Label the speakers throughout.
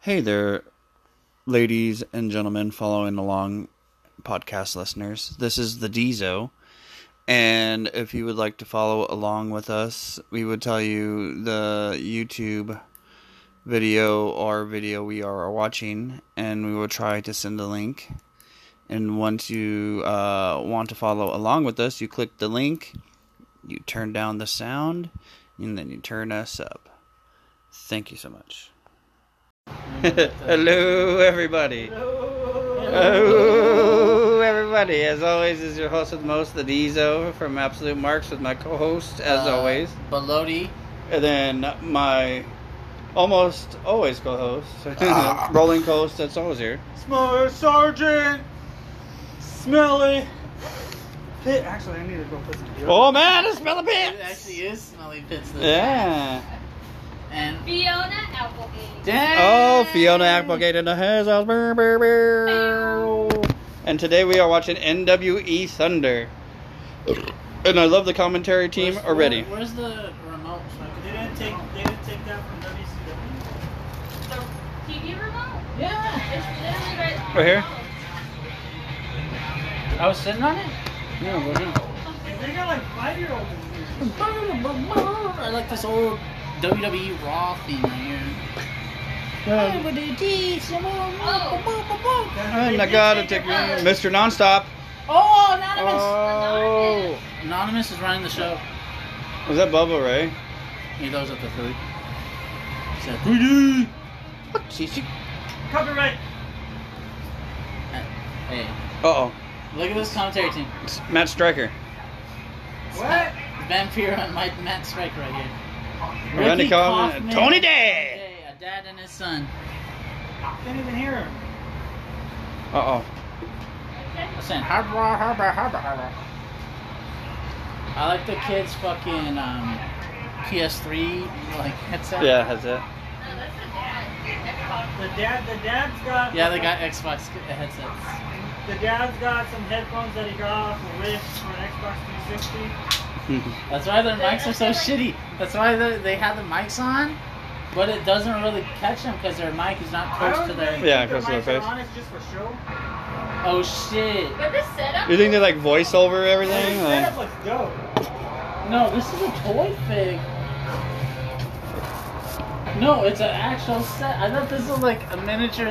Speaker 1: Hey there, ladies and gentlemen, following along, podcast listeners. This is the Dezo. And if you would like to follow along with us, we would tell you the YouTube video or video we are watching, and we will try to send a link. And once you uh, want to follow along with us, you click the link, you turn down the sound, and then you turn us up. Thank you so much. Hello, everybody. Hello, everybody. As always, is your host with most, the Deezo from Absolute Marks, with my co-host, as
Speaker 2: Uh,
Speaker 1: always,
Speaker 2: Belody.
Speaker 1: and then my almost always co-host,
Speaker 2: Ah.
Speaker 1: rolling co-host that's always here.
Speaker 3: Smaller Sergeant! Smelly! Pit, actually, I need to go put some deodorant.
Speaker 1: Oh man, it's smell of
Speaker 2: It
Speaker 1: pants.
Speaker 2: actually is Smelly Pits. this
Speaker 1: Yeah.
Speaker 2: time. And
Speaker 4: Fiona Applegate.
Speaker 2: dang.
Speaker 1: Oh, Fiona Applegate in the house. Brr, brr, brr. And today we are watching NWE Thunder. And I love the commentary team
Speaker 2: Where's-
Speaker 1: already.
Speaker 2: Where's the remote? So I can
Speaker 3: They didn't take, they didn't take that from WCW.
Speaker 4: The TV remote?
Speaker 2: Yeah.
Speaker 4: It's literally right
Speaker 1: Right here?
Speaker 2: I was sitting on it.
Speaker 1: Yeah, we're good.
Speaker 3: They got like five year olds in here.
Speaker 2: I like this old WWE Raw theme right here. E,
Speaker 4: Oh.
Speaker 3: Uh-huh.
Speaker 1: And I gotta take your Mr. Nonstop.
Speaker 2: Oh, Anonymous.
Speaker 1: Oh.
Speaker 2: Anonymous is running the show.
Speaker 1: Was that Bubba Ray?
Speaker 2: He throws up the food. He said, "Hoodoo."
Speaker 3: Copyright!
Speaker 2: Hey,
Speaker 1: Uh oh.
Speaker 2: look at this commentary team.
Speaker 1: It's Matt Stryker.
Speaker 3: What?
Speaker 2: Vampire and Mike Matt Strike right here.
Speaker 1: Randy Coleman and uh, Tony Day.
Speaker 2: Day, a dad and his son.
Speaker 3: Can't even hear him.
Speaker 1: Uh oh.
Speaker 2: Listen, harbor, harbor, harbor, harbor. I like the kids' fucking um, PS3 like headset.
Speaker 1: Yeah, that's it.
Speaker 3: The dad, the dad's got.
Speaker 2: Yeah, they got Xbox headsets.
Speaker 3: The dad's got some headphones that he got off a wish for an Xbox 360.
Speaker 2: That's why their mics are so shitty. That's why they they have the mics on, but it doesn't really catch them because their mic is not
Speaker 3: I
Speaker 2: close
Speaker 3: don't
Speaker 2: to
Speaker 3: really
Speaker 2: their.
Speaker 1: Yeah,
Speaker 3: think
Speaker 1: close to their
Speaker 3: mics are
Speaker 1: face.
Speaker 3: On, it's just for show.
Speaker 2: Oh shit!
Speaker 4: But this setup.
Speaker 1: you think they like voice over
Speaker 3: This
Speaker 1: everything?
Speaker 3: setup
Speaker 1: Like,
Speaker 3: looks dope.
Speaker 2: No, this is a toy fig. No, it's an actual set. I thought this was like a miniature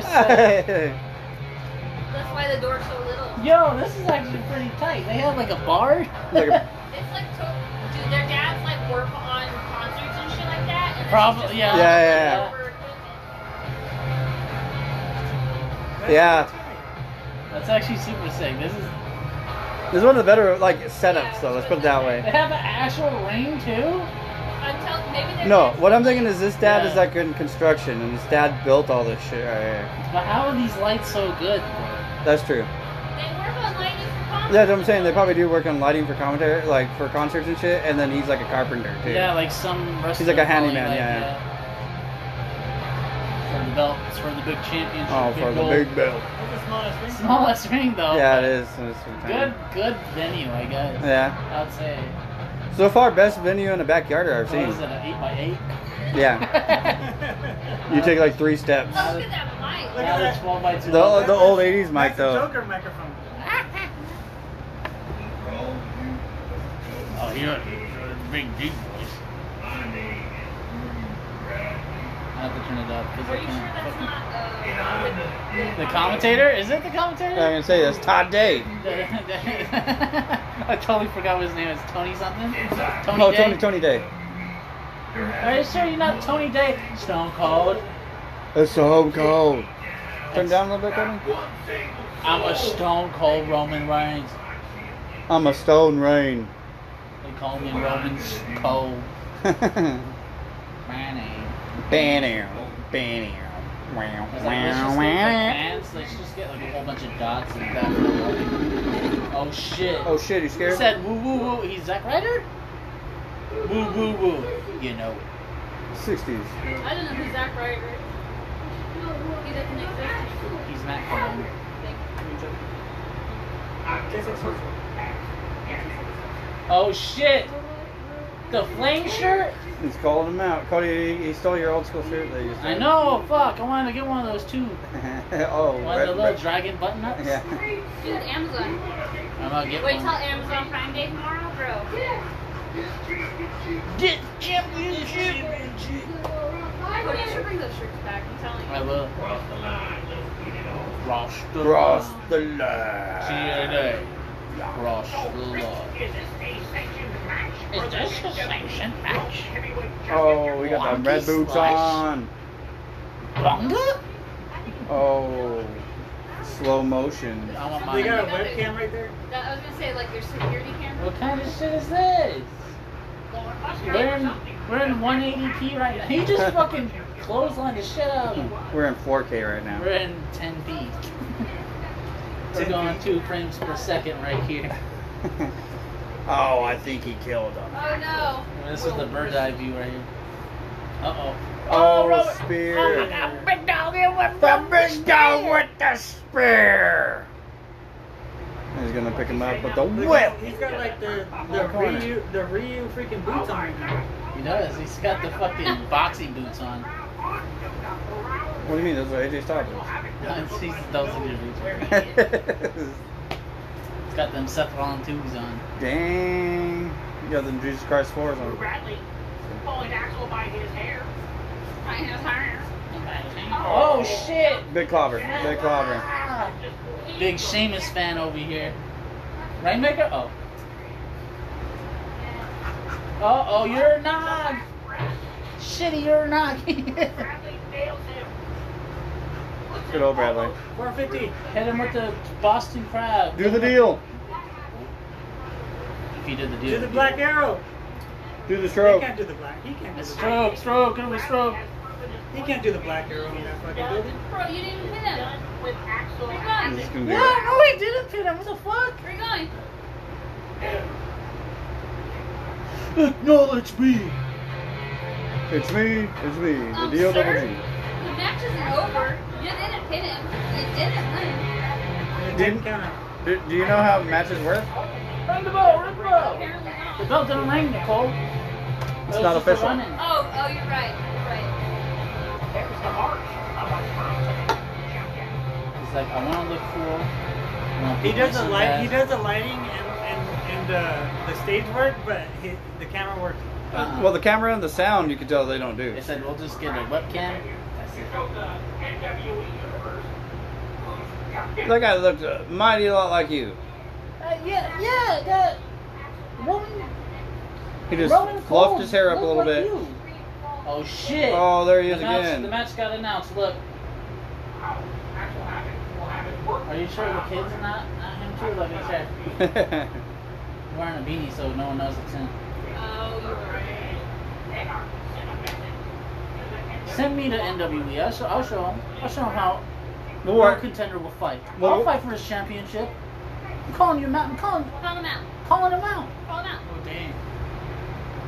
Speaker 2: set.
Speaker 4: That's why the door's so little.
Speaker 2: Yo, this is actually pretty tight. They have like a bar.
Speaker 1: Like a-
Speaker 4: It's like, to- dude, their dads like work on concerts and shit like that. And
Speaker 2: Probably,
Speaker 4: this is just
Speaker 2: yeah.
Speaker 4: all
Speaker 1: Yeah, yeah,
Speaker 2: yeah.
Speaker 4: over equipment.
Speaker 1: Yeah.
Speaker 2: That's actually super sick. This is.
Speaker 1: This is one of the better like
Speaker 4: setups, though, let's put it that
Speaker 2: They have an actual ring too.
Speaker 4: Until maybe they're
Speaker 1: No, what I'm thinking is this dad is
Speaker 2: Yeah.
Speaker 1: like in construction, and his dad built all this shit right here.
Speaker 2: But how are these lights so good?
Speaker 1: That's true.
Speaker 4: They work on lighting for concerts.
Speaker 1: Yeah, that's what I'm saying. They probably do work on lighting for commentary, like for concerts and shit. And then he's like a carpenter too.
Speaker 2: Yeah, like some.
Speaker 1: He's like a
Speaker 2: wrestler
Speaker 1: handyman,
Speaker 2: probably,
Speaker 1: yeah,
Speaker 2: yeah. For the belt, it's for the big championship.
Speaker 1: Oh, for the
Speaker 2: gold.
Speaker 1: big bill.
Speaker 3: Look at the smallest ring.
Speaker 2: Smallest ring though.
Speaker 1: Yeah, it is. It's pretty tiny.
Speaker 2: Good, good venue, I guess.
Speaker 1: Yeah.
Speaker 2: I'd say.
Speaker 1: So far, best venue in the backyard I've
Speaker 2: What is
Speaker 1: seen.
Speaker 2: it? An eight by eight?
Speaker 1: Yeah. You take like three steps.
Speaker 4: Oh, look at that
Speaker 3: Look at
Speaker 4: mic.
Speaker 2: Now
Speaker 3: that.
Speaker 2: the twelve by
Speaker 1: The
Speaker 2: two.
Speaker 1: Oh, the old ladies mic
Speaker 3: That's a
Speaker 1: though.
Speaker 3: Joker microphone.
Speaker 2: Oh, you're a big deep voice. I have to turn it up because
Speaker 4: Are
Speaker 2: I
Speaker 4: you sure that's
Speaker 2: can't.
Speaker 4: not uh, with- with-
Speaker 2: The commentator? Is it the commentator?
Speaker 1: I'm gonna say this. Todd Day.
Speaker 2: I totally forgot what his name is. Tony something? Tony
Speaker 1: Oh,
Speaker 2: Day?
Speaker 1: Tony Tony Day.
Speaker 2: Are you sure you're not Tony Day? Stone Cold.
Speaker 1: It's so cold. Turn down a little bit, Tony.
Speaker 2: I'm a Stone Cold Roman Reigns.
Speaker 1: I'm a stone rain.
Speaker 2: They call me Roman Cold Reigns.
Speaker 1: Banner. Banner. Wow,
Speaker 2: It's like,
Speaker 1: wow,
Speaker 2: let's just make, like,
Speaker 1: wow.
Speaker 2: fans, let's just get like a whole bunch of dots and stuff. Oh shit.
Speaker 1: Oh shit, you
Speaker 2: He
Speaker 1: scared?
Speaker 2: said woo woo woo. He's Zack Ryder? Woo woo woo. You know it.
Speaker 1: 60s.
Speaker 4: I don't know who Zach Ryder is. He doesn't exist.
Speaker 2: He's Matt Coleman. Oh shit! The flame shirt?
Speaker 1: He's calling him out. Cody, he stole your old school shirt that you used to
Speaker 2: I
Speaker 1: have.
Speaker 2: know, fuck. I wanted to get one of those too.
Speaker 1: oh,
Speaker 2: One
Speaker 1: red-
Speaker 2: of the little
Speaker 1: red-
Speaker 2: dragon button ups.
Speaker 1: Yeah.
Speaker 4: Dude, Amazon.
Speaker 2: I'm gonna get
Speaker 4: Wait till
Speaker 2: one.
Speaker 4: Amazon Prime Day tomorrow, bro.
Speaker 2: Get championship!
Speaker 4: Cody, you should bring those shirts back. I'm telling
Speaker 2: I
Speaker 4: you.
Speaker 2: will. Rosh the
Speaker 1: Cross
Speaker 2: line.
Speaker 1: the line.
Speaker 2: TNA. Rosh the line. Is this a sanction match?
Speaker 1: Oh, we got them red boots on.
Speaker 2: Wonga?
Speaker 1: Oh, slow motion.
Speaker 2: I want
Speaker 5: They got
Speaker 2: mine.
Speaker 5: a webcam right there.
Speaker 4: That, I was gonna say like your security camera.
Speaker 2: What kind of shit is this? We're in, we're in 180p right now. He just fucking clotheslined the shit out of him.
Speaker 1: We're in 4K right now.
Speaker 2: We're in 10p. We're going two frames per second right here.
Speaker 1: oh, I think he killed him.
Speaker 4: Oh no.
Speaker 2: This is the bird's eye view right here. Uh oh.
Speaker 1: Oh, spear.
Speaker 2: big dog, you went
Speaker 1: The big dog with the spear. He's gonna pick him up with the
Speaker 5: Look,
Speaker 1: whip.
Speaker 5: He's got like the
Speaker 1: Oh,
Speaker 5: the
Speaker 1: corner.
Speaker 5: Ryu the Ryu freaking boots on right now.
Speaker 2: He does. He's got the fucking boxing boots on.
Speaker 1: What do you mean? Those are AJ Styles.
Speaker 2: He's, those are good boots. He's got them Seth Rollins tubes on.
Speaker 1: Dang. You got them Jesus Christ fours on.
Speaker 6: Bradley pulling Axel by his hair.
Speaker 4: I have higher.
Speaker 2: Oh shit!
Speaker 1: Big clobber. Big clobber.
Speaker 2: Big Sheamus fan over here. Rainmaker? Oh. Uh oh, you're not. Shitty, you're not. Hit
Speaker 6: Bradley nails him.
Speaker 1: Good old Bradley.
Speaker 5: 450.
Speaker 2: him with the Boston Crab.
Speaker 1: Do the deal.
Speaker 2: If he did the deal.
Speaker 5: Do the black arrow.
Speaker 1: Do the
Speaker 5: He
Speaker 1: stroke.
Speaker 5: can't do the black. He can't do the
Speaker 2: Stroke,
Speaker 5: black.
Speaker 2: stroke, it was stroke.
Speaker 5: He can't do the black arrow in that fucking building.
Speaker 4: Bro, you didn't even hit him.
Speaker 6: With Axel.
Speaker 4: Where you
Speaker 1: I'm
Speaker 4: going?
Speaker 1: just gonna do
Speaker 2: No,
Speaker 1: it.
Speaker 2: no, he didn't pin him. What the fuck?
Speaker 4: Where you going?
Speaker 2: Acknowledge me.
Speaker 1: It's me. It's me. The
Speaker 4: Um,
Speaker 1: deal double
Speaker 4: sir?
Speaker 1: G.
Speaker 4: The match isn't over. You didn't hit him. You didn't win.
Speaker 5: It
Speaker 1: Didn't-
Speaker 5: didn't count.
Speaker 1: Do, do you know how matches work?
Speaker 2: Ring the bell, ring the bell.
Speaker 4: Apparently
Speaker 2: The
Speaker 4: not.
Speaker 2: bell didn't ring, Nicole.
Speaker 1: It's
Speaker 2: It was
Speaker 1: not
Speaker 2: just a
Speaker 1: official.
Speaker 2: run-in.
Speaker 4: Oh, oh, you're right. You're right.
Speaker 6: There's the march. I'm
Speaker 2: He's like, I want to look cool. I wanna
Speaker 5: He
Speaker 2: be
Speaker 5: does
Speaker 2: nice
Speaker 5: the
Speaker 2: and
Speaker 5: light. He
Speaker 2: fast."
Speaker 5: does the lighting and and and uh, the stage work, but he, the camera work.
Speaker 2: Uh-uh.
Speaker 1: Uh, Well, the camera and the sound, you can tell they don't do.
Speaker 2: They said, we'll just get a webcam. That's it.
Speaker 1: That guy looked a mighty lot like you.
Speaker 2: Uh, yeah, yeah, that Roman,
Speaker 1: He just
Speaker 2: Roman
Speaker 1: fluffed
Speaker 2: Cole
Speaker 1: his hair up a
Speaker 2: looked
Speaker 1: little
Speaker 2: like
Speaker 1: bit.
Speaker 2: you. Oh shit!
Speaker 1: Oh, there he is
Speaker 2: the match,
Speaker 1: again.
Speaker 2: The match got announced. Look, are you sure the kids are not? not him too. Look, he's here. wearing a beanie, so no one knows it's him.
Speaker 4: Oh, you were right.
Speaker 2: Send me to NWE. E. I'll show, I'll show him. I'll show him how the
Speaker 1: Well, what-
Speaker 2: contender will fight.
Speaker 1: Well,
Speaker 2: I'll
Speaker 1: what-
Speaker 2: fight for his championship. I'm calling you out. I'm calling,
Speaker 4: Call him out.
Speaker 2: calling him out.
Speaker 4: Call him out.
Speaker 5: Oh damn!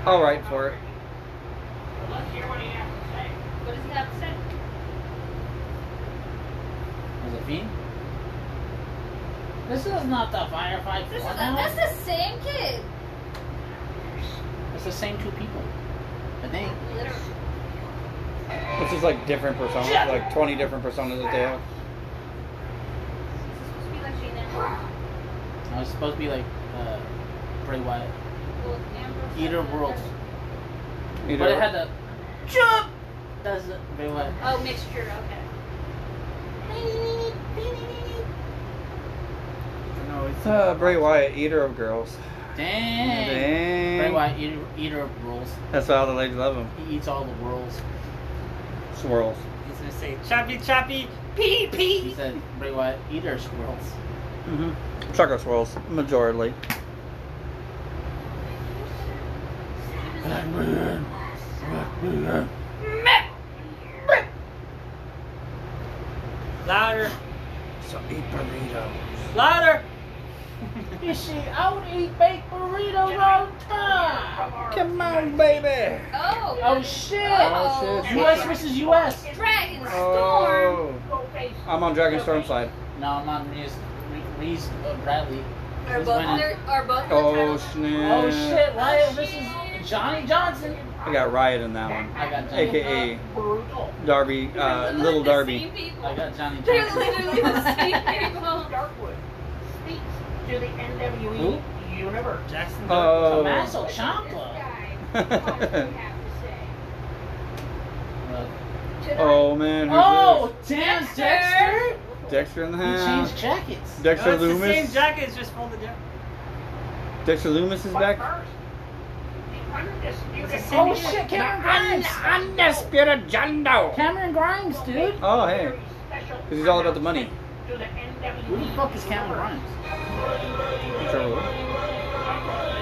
Speaker 1: All right for it.
Speaker 4: What does he have to say?
Speaker 2: Was it Fiend? This is not the firefight.
Speaker 4: This is
Speaker 2: Funhouse.
Speaker 4: that's the same kid.
Speaker 2: It's the same two people. I think.
Speaker 4: Literally.
Speaker 1: It's just like different personas, like 20 different personas that they have.
Speaker 4: This is supposed to be like Jane and
Speaker 2: I was supposed to be like uh, Bray Wyatt.
Speaker 4: Well, Ambrose-
Speaker 2: Either worlds.
Speaker 1: Either
Speaker 2: But
Speaker 1: way.
Speaker 2: it had the jump! That's it. Bray Wyatt.
Speaker 4: Oh, mixture. Okay.
Speaker 5: No, it's
Speaker 1: It's uh, Bray Wyatt, eater of girls.
Speaker 2: Dang.
Speaker 1: Dang.
Speaker 2: Bray Wyatt, eater, eater of rolls.
Speaker 1: That's why all the ladies love him.
Speaker 2: He eats all the rolls.
Speaker 1: Swirls.
Speaker 5: he's gonna say choppy choppy.
Speaker 2: He said, Bray Wyatt, eater of squirrels.
Speaker 1: Mm-hmm. Chocolate swirls, majorly.
Speaker 5: Louder,
Speaker 1: So eat burrito.
Speaker 5: louder.
Speaker 2: You see, I would eat baked burritos all the time.
Speaker 1: Come on, baby.
Speaker 4: Oh.
Speaker 2: Oh shit!
Speaker 4: Oh,
Speaker 1: shit.
Speaker 2: US versus US.
Speaker 4: Dragon Storm.
Speaker 1: Oh. I'm on Dragon Storm side.
Speaker 2: No, I'm on Reese, Reese uh, Bradley.
Speaker 4: Are
Speaker 2: Who's
Speaker 4: both
Speaker 2: winning?
Speaker 4: their are both their
Speaker 1: Oh
Speaker 4: titles?
Speaker 1: snap.
Speaker 2: Oh shit! Why
Speaker 4: Oh,
Speaker 2: this is
Speaker 4: shit.
Speaker 2: Johnny Johnson.
Speaker 1: I got Riot in that one.
Speaker 2: I got Johnny.
Speaker 1: AKA
Speaker 7: Brutal.
Speaker 1: Darby, uh,
Speaker 4: They're
Speaker 1: Little
Speaker 4: the
Speaker 1: Darby.
Speaker 4: Same people.
Speaker 2: I got Johnny
Speaker 4: They're
Speaker 2: Johnson.
Speaker 4: literally the same people.
Speaker 7: Darkwood speaks to the NWE universe.
Speaker 5: Jackson.
Speaker 1: Oh.
Speaker 2: Tommaso Ciampa. Look.
Speaker 1: oh man, who's
Speaker 2: Oh, damn Dexter!
Speaker 1: this? Dexter in the
Speaker 2: He
Speaker 1: house.
Speaker 2: changed jackets.
Speaker 5: No, it's
Speaker 1: Dexter
Speaker 5: the same
Speaker 1: Loomis.
Speaker 5: jacket, it's just folded down.
Speaker 1: Dexter Loomis is back.
Speaker 2: Oh shit, Cameron Grimes!
Speaker 5: Undisputed Jando.
Speaker 2: Cameron Grimes, dude.
Speaker 1: Oh hey, because he's all about the money.
Speaker 2: Who the fuck is Cameron Grimes?
Speaker 1: Trevor Lewis.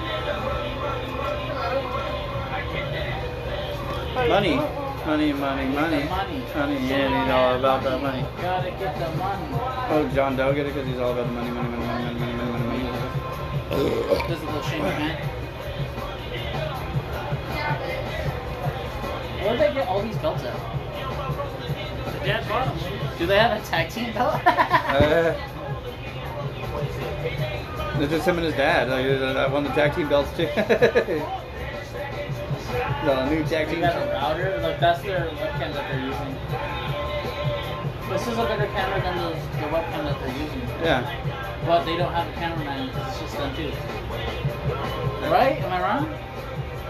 Speaker 1: Money, money, money, money,
Speaker 2: The money.
Speaker 1: money. Yeah, he's all about that money.
Speaker 2: Gotta get the money.
Speaker 1: Oh, John Doe get it because he's all about the money, money, money, money, money, money, money, Uh, money.
Speaker 2: Does a little shame man. Where did they get all these belts at?
Speaker 5: The dead bottom.
Speaker 2: Do they have a tag team belt?
Speaker 1: Uh, it's just him and his dad. Like, uh, I won the tag team belts too. the new tag
Speaker 2: they
Speaker 1: team.
Speaker 2: got a router. Like that's their webcam that they're using. This is a better camera than the, the webcam that they're using.
Speaker 1: Yeah.
Speaker 2: But they don't have a cameraman. It's just them two. Right? Am I wrong?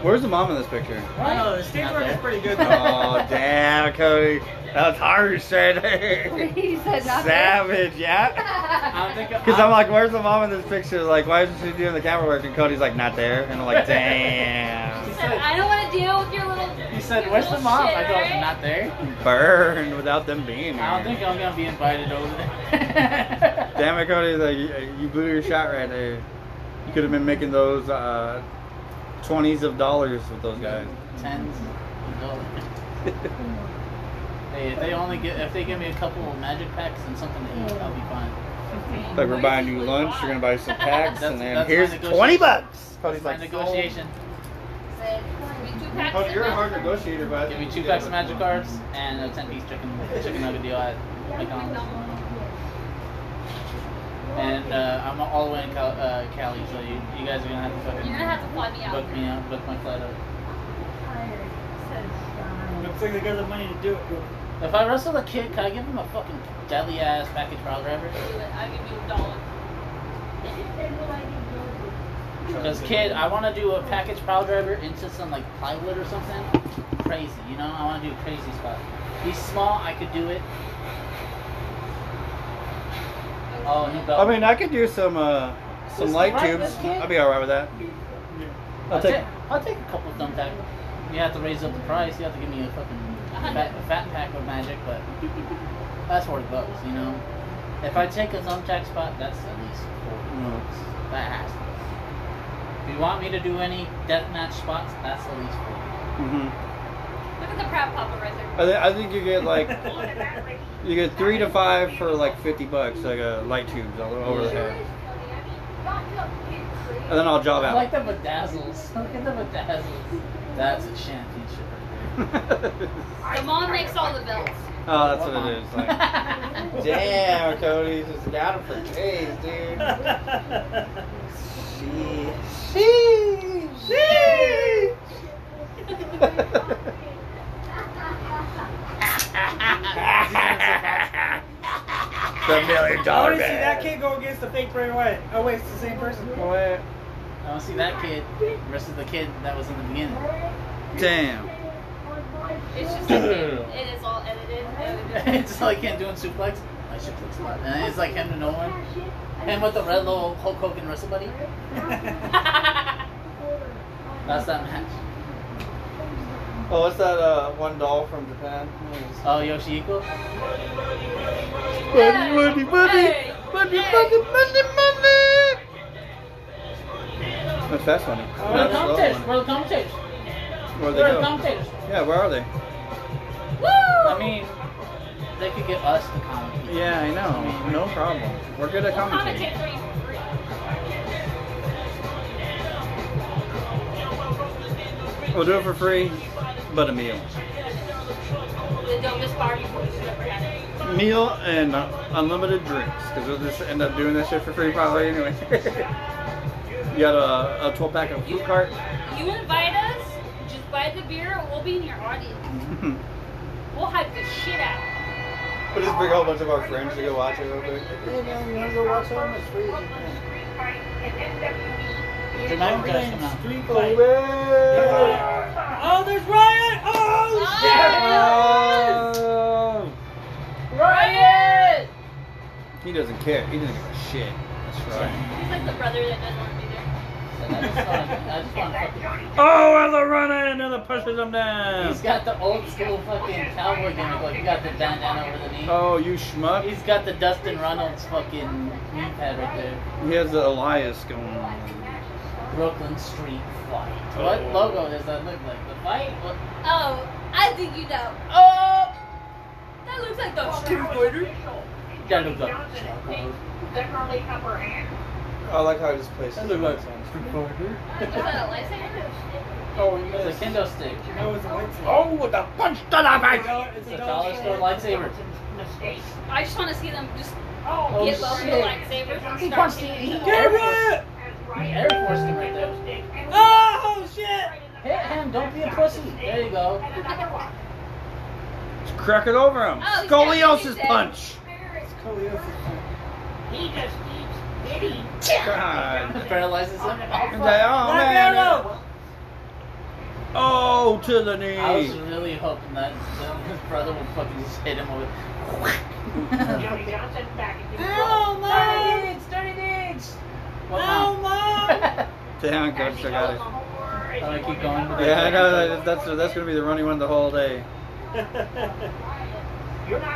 Speaker 1: Where's the mom in this picture?
Speaker 2: Right?
Speaker 5: No, the stage
Speaker 2: Not
Speaker 5: work
Speaker 2: there.
Speaker 5: is pretty good.
Speaker 1: Oh damn, Cody. That was harsh right there.
Speaker 8: he said nothing.
Speaker 1: Savage, yeah.
Speaker 2: I'm thinking.
Speaker 1: Because I'm like, where's the mom in this picture? Like, why isn't she doing the camera work? And Cody's like, not there. And I'm like, damn.
Speaker 2: He
Speaker 4: said,
Speaker 2: said,
Speaker 4: I don't want to deal with your little.
Speaker 2: he said
Speaker 4: your
Speaker 2: where's the
Speaker 4: little
Speaker 2: mom?
Speaker 4: shit,
Speaker 2: I go,
Speaker 4: right?
Speaker 2: not there.
Speaker 1: Burned without them being here.
Speaker 2: I don't think I'm gonna be invited over there.
Speaker 1: Damn it, Cody! Like you, you blew your shot right there. You could have been making those uh, twenties of dollars with those guys.
Speaker 2: Tens of dollars. Hey, if they only get if they give me a couple of magic packs and something to eat, I'll be fine.
Speaker 1: like we're buying you lunch. You're gonna buy some packs,
Speaker 2: That's-
Speaker 1: and then
Speaker 2: that's my
Speaker 1: here's
Speaker 2: negotiation.
Speaker 1: twenty bucks.
Speaker 2: That's my negotiation.
Speaker 4: Said, "Give me two packs
Speaker 1: "Oh, Cody,
Speaker 4: of
Speaker 1: you're a
Speaker 4: that."
Speaker 1: hard negotiater, but
Speaker 2: Give me two packs of magic cards and a ten piece chicken chicken nugget deal at McDonald's. And uh, I'm all the way in Cal- uh, Cali, so you, you guys are gonna have to fucking
Speaker 4: You're gonna have to fly me out.
Speaker 2: book me up, book my flight up.
Speaker 5: Looks like they got the money to do it.
Speaker 2: If I wrestle the kid, can I give him a fucking deadly ass package pile driver?
Speaker 4: Do it. I'll give you a dollar.
Speaker 2: Because kid, I want to do a package pile driver into some like plywood or something crazy. You know, I want to do crazy stuff. He's small, I could do it. Oh, he
Speaker 1: I
Speaker 2: belt.
Speaker 1: mean, I could do some uh, some
Speaker 2: Just
Speaker 1: light
Speaker 2: right
Speaker 1: tubes.
Speaker 2: this kid?
Speaker 1: I'll be all right with that. I'll take.
Speaker 2: I'll take a couple of thumbtacks. You have to raise up the price. You have to give me a fucking fat, a fat pack of magic, but that's where it goes. You know, if I take a thumbtack spot, that's at least forty
Speaker 1: Mm.
Speaker 2: bucks. That has to. Be. If you want me to do any deathmatch spots, that's at least forty.
Speaker 1: hmm
Speaker 4: Look at the proud papa right there.
Speaker 1: I, th- I think you get like you get three to five for like fifty bucks, like uh, light tubes all over the head, and then I'll job
Speaker 2: I
Speaker 1: out.
Speaker 2: like the bedazzles. Look at the bedazzles. That's a championship. right
Speaker 1: oh, that's
Speaker 4: The mom makes all the bills.
Speaker 1: Oh, what it is. Like.
Speaker 2: there.
Speaker 1: Damn, Cody's just got him for days, dude. She, she, she. the million
Speaker 5: I
Speaker 2: Oh,
Speaker 1: dollar
Speaker 5: want to see that
Speaker 1: man.
Speaker 5: kid go against the fake Bray Wyatt. Oh wait, it's the same person.
Speaker 1: What?
Speaker 2: I don't see that kid versus the kid that was in the beginning.
Speaker 1: Damn.
Speaker 4: It's just, it is all edited. edited.
Speaker 2: it's just like him doing suplex. My suplex lot. And it's like him to no one. Him with the red little Hulk Hogan wrestle buddy. That's that match.
Speaker 1: Oh, what's that uh, one doll from Japan?
Speaker 2: Oh, Yoshihiko?
Speaker 1: Money, money, money,
Speaker 4: Hey.
Speaker 1: money,
Speaker 4: Hey.
Speaker 1: money, money, money. What's that funny?
Speaker 2: Where are the commentators? Where are the commentators?
Speaker 1: Where they
Speaker 2: Where are the
Speaker 1: go?
Speaker 2: commentators?
Speaker 1: Yeah, where are they?
Speaker 4: Woo!
Speaker 2: I mean, they could get us to commentate.
Speaker 1: Yeah, I know. No problem. We're good at
Speaker 4: We'll
Speaker 1: commentating.
Speaker 4: commentate for you
Speaker 1: We'll
Speaker 4: for free.
Speaker 1: do it for free, but a meal.
Speaker 4: The dumbest party you've ever had.
Speaker 1: Meal and uh, unlimited drinks, because we'll just end up doing this shit for free probably anyway. you got a, a 12 pack of fruit cart?
Speaker 4: You invite us, buy the beer, we'll be in your audience.
Speaker 1: Mm-hmm.
Speaker 4: We'll hype the shit out. of it.
Speaker 1: We'll just bring a whole bunch of our friends to go watch it real quick.
Speaker 9: Hey man, you wanna go watch that on the street?
Speaker 2: Tonight we're gonna come out.
Speaker 5: Street
Speaker 9: Oh,
Speaker 5: light.
Speaker 9: man.
Speaker 5: Oh, there's riot! Oh,
Speaker 1: Yeah.
Speaker 4: Riot!
Speaker 1: He doesn't care. He doesn't give a shit. That's right.
Speaker 4: Oh. He's like the brother that doesn't want to be there.
Speaker 2: I just want- I just want fucking-
Speaker 5: Oh, and they're running and they're pushing them down.
Speaker 2: He's got the old school fucking cowboy gimmick. Like, he got the bandana over the knee.
Speaker 1: Oh, you schmuck.
Speaker 2: He's got the Dustin Reynolds fucking knee pad right there.
Speaker 1: He has the Elias going on.
Speaker 2: Brooklyn Street Fight. What
Speaker 1: Oh.
Speaker 2: logo does that look like? The fight? What?
Speaker 4: Oh, I think you know.
Speaker 2: Oh!
Speaker 4: That looks like the street fighter.
Speaker 2: That looks like Chicago.
Speaker 10: Definitely upper hand.
Speaker 1: I like how he just plays.
Speaker 2: That looks like
Speaker 4: Is that a lightsaber?
Speaker 2: Oh, it's a kendo stick.
Speaker 5: No, it's a lightsaber.
Speaker 1: Oh, the punch to the face!
Speaker 5: No,
Speaker 2: It's a dollar store lightsaber.
Speaker 10: Mistake.
Speaker 4: I just want to see them just
Speaker 10: Oh,
Speaker 4: get low with the
Speaker 2: shit.
Speaker 4: lightsabers and
Speaker 10: He
Speaker 4: start
Speaker 10: punched
Speaker 4: shooting each other.
Speaker 2: Air Force-
Speaker 5: Camera!
Speaker 2: Air Force him right there.
Speaker 5: Oh, shit!
Speaker 2: Hit him! Don't be a pussy. There you go.
Speaker 1: Just crack it over him.
Speaker 4: Oh, he's got
Speaker 1: Scoliosis
Speaker 4: it.
Speaker 1: punch.
Speaker 10: He just keeps hitting.
Speaker 1: God.
Speaker 2: Paralyzes him.
Speaker 1: And they- oh, man. Oh, to the
Speaker 2: I was
Speaker 1: knee.
Speaker 2: really hoping that uh, his brother would fucking just hit him with.
Speaker 1: Oh.
Speaker 10: Johnny Johnson back into the
Speaker 2: Ow,
Speaker 10: fold.
Speaker 2: my eggs! Dirty eggs! Ow, mom!
Speaker 1: Damn, gosh, I got it.
Speaker 2: Oh, I keep going with
Speaker 1: Yeah, I know. that- That's that's gonna be the running one the whole day.
Speaker 10: You're not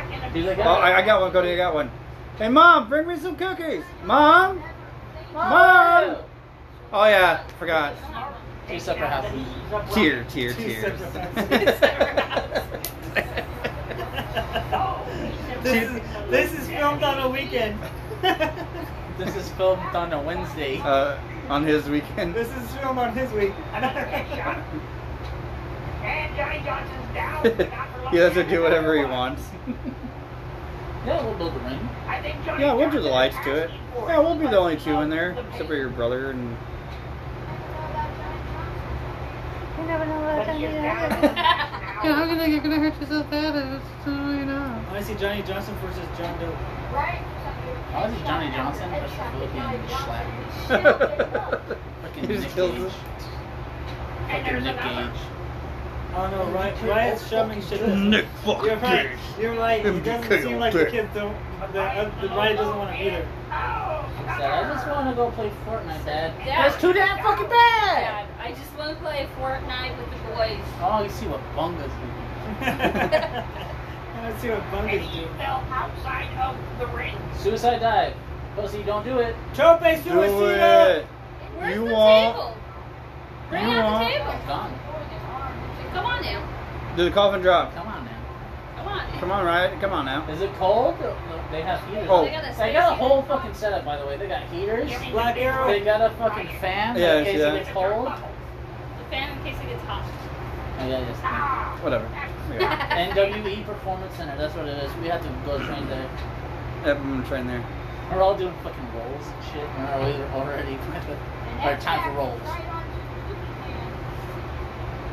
Speaker 10: gonna
Speaker 2: He's like,
Speaker 1: Oh, I, I got one, Cody. I got one. Hey, mom, bring me some cookies. Mom. Mom. Oh yeah, forgot.
Speaker 2: Two separate houses.
Speaker 1: Tear, tear,
Speaker 5: Two
Speaker 1: tear.
Speaker 7: Oh,
Speaker 5: this, is, this is filmed on a weekend.
Speaker 2: This is filmed on a Wednesday.
Speaker 1: uh, on his weekend.
Speaker 5: this is filmed on his week.
Speaker 10: And Johnny Johnson's down. Not for long.
Speaker 1: he has to do whatever he wants.
Speaker 2: Yeah, we'll build a ring.
Speaker 10: I think Johnny
Speaker 1: Yeah, we'll do
Speaker 10: Johnson
Speaker 1: the lights to it.
Speaker 10: asked for
Speaker 1: Yeah, we'll be the only two in there, except for your brother and.
Speaker 2: Oh,
Speaker 10: But he is down.
Speaker 1: can I you're gonna hurt yourself bad? It's you know.
Speaker 5: I want to see Johnny Johnson versus John Doe.
Speaker 2: How is it Johnny Johnson versus fucking Schlatter? Fucking
Speaker 1: He just
Speaker 2: Nick
Speaker 1: killed
Speaker 2: Cage.
Speaker 1: us.
Speaker 10: And
Speaker 2: Fucking
Speaker 10: there's
Speaker 2: Nick
Speaker 10: another.
Speaker 2: Cage.
Speaker 5: Oh no, Riot, Riot's shoving shit. at us.
Speaker 1: Nick fuck
Speaker 5: You're right.
Speaker 1: Cage.
Speaker 5: You're right. It doesn't
Speaker 1: MDK
Speaker 5: seem
Speaker 1: all
Speaker 5: like the
Speaker 1: day.
Speaker 5: kids don't. The, uh, the Riot doesn't want to be there.
Speaker 2: Dad, I just want to go play Fortnite, Dad.
Speaker 4: Dad.
Speaker 2: That's too damn fucking bad!
Speaker 4: Dad, I just want to play Fortnite with the boys.
Speaker 2: Oh, you see what Bunga's doing.
Speaker 5: Let's see what
Speaker 10: And
Speaker 5: Bunga's
Speaker 10: he
Speaker 5: doing.
Speaker 10: fell outside of the ring.
Speaker 2: Suicide dive. Pussy, don't do it.
Speaker 5: Chope
Speaker 1: Do
Speaker 5: Suicida!
Speaker 1: it.
Speaker 4: Where's
Speaker 1: You
Speaker 4: the
Speaker 1: want-
Speaker 4: table? Bring
Speaker 1: you
Speaker 4: out
Speaker 1: want-
Speaker 4: the table.
Speaker 2: It's gone.
Speaker 4: Come on now.
Speaker 1: Do the coffin drop.
Speaker 2: Come on now.
Speaker 4: Come on.
Speaker 1: Come on, Riot. Come on now.
Speaker 2: Is it cold? Look, They have heaters.
Speaker 1: Oh.
Speaker 4: They got a
Speaker 2: They
Speaker 4: space
Speaker 2: got a
Speaker 4: heater.
Speaker 2: whole fucking setup, by the way. They got heaters.
Speaker 5: Black
Speaker 2: They
Speaker 5: Arrow.
Speaker 2: got a fucking fan
Speaker 1: Yeah, I
Speaker 2: in
Speaker 1: see
Speaker 2: case
Speaker 1: that.
Speaker 2: it gets cold. Oh,
Speaker 4: The fan in case it gets hot.
Speaker 2: yeah, yes. thank
Speaker 1: Whatever. Yeah.
Speaker 2: you. NWE E Performance Center, that's what it is. We have to go train there.
Speaker 1: Yep, I'm gonna train there.
Speaker 2: We're all doing fucking rolls and shit. and We're already, already our time for rolls.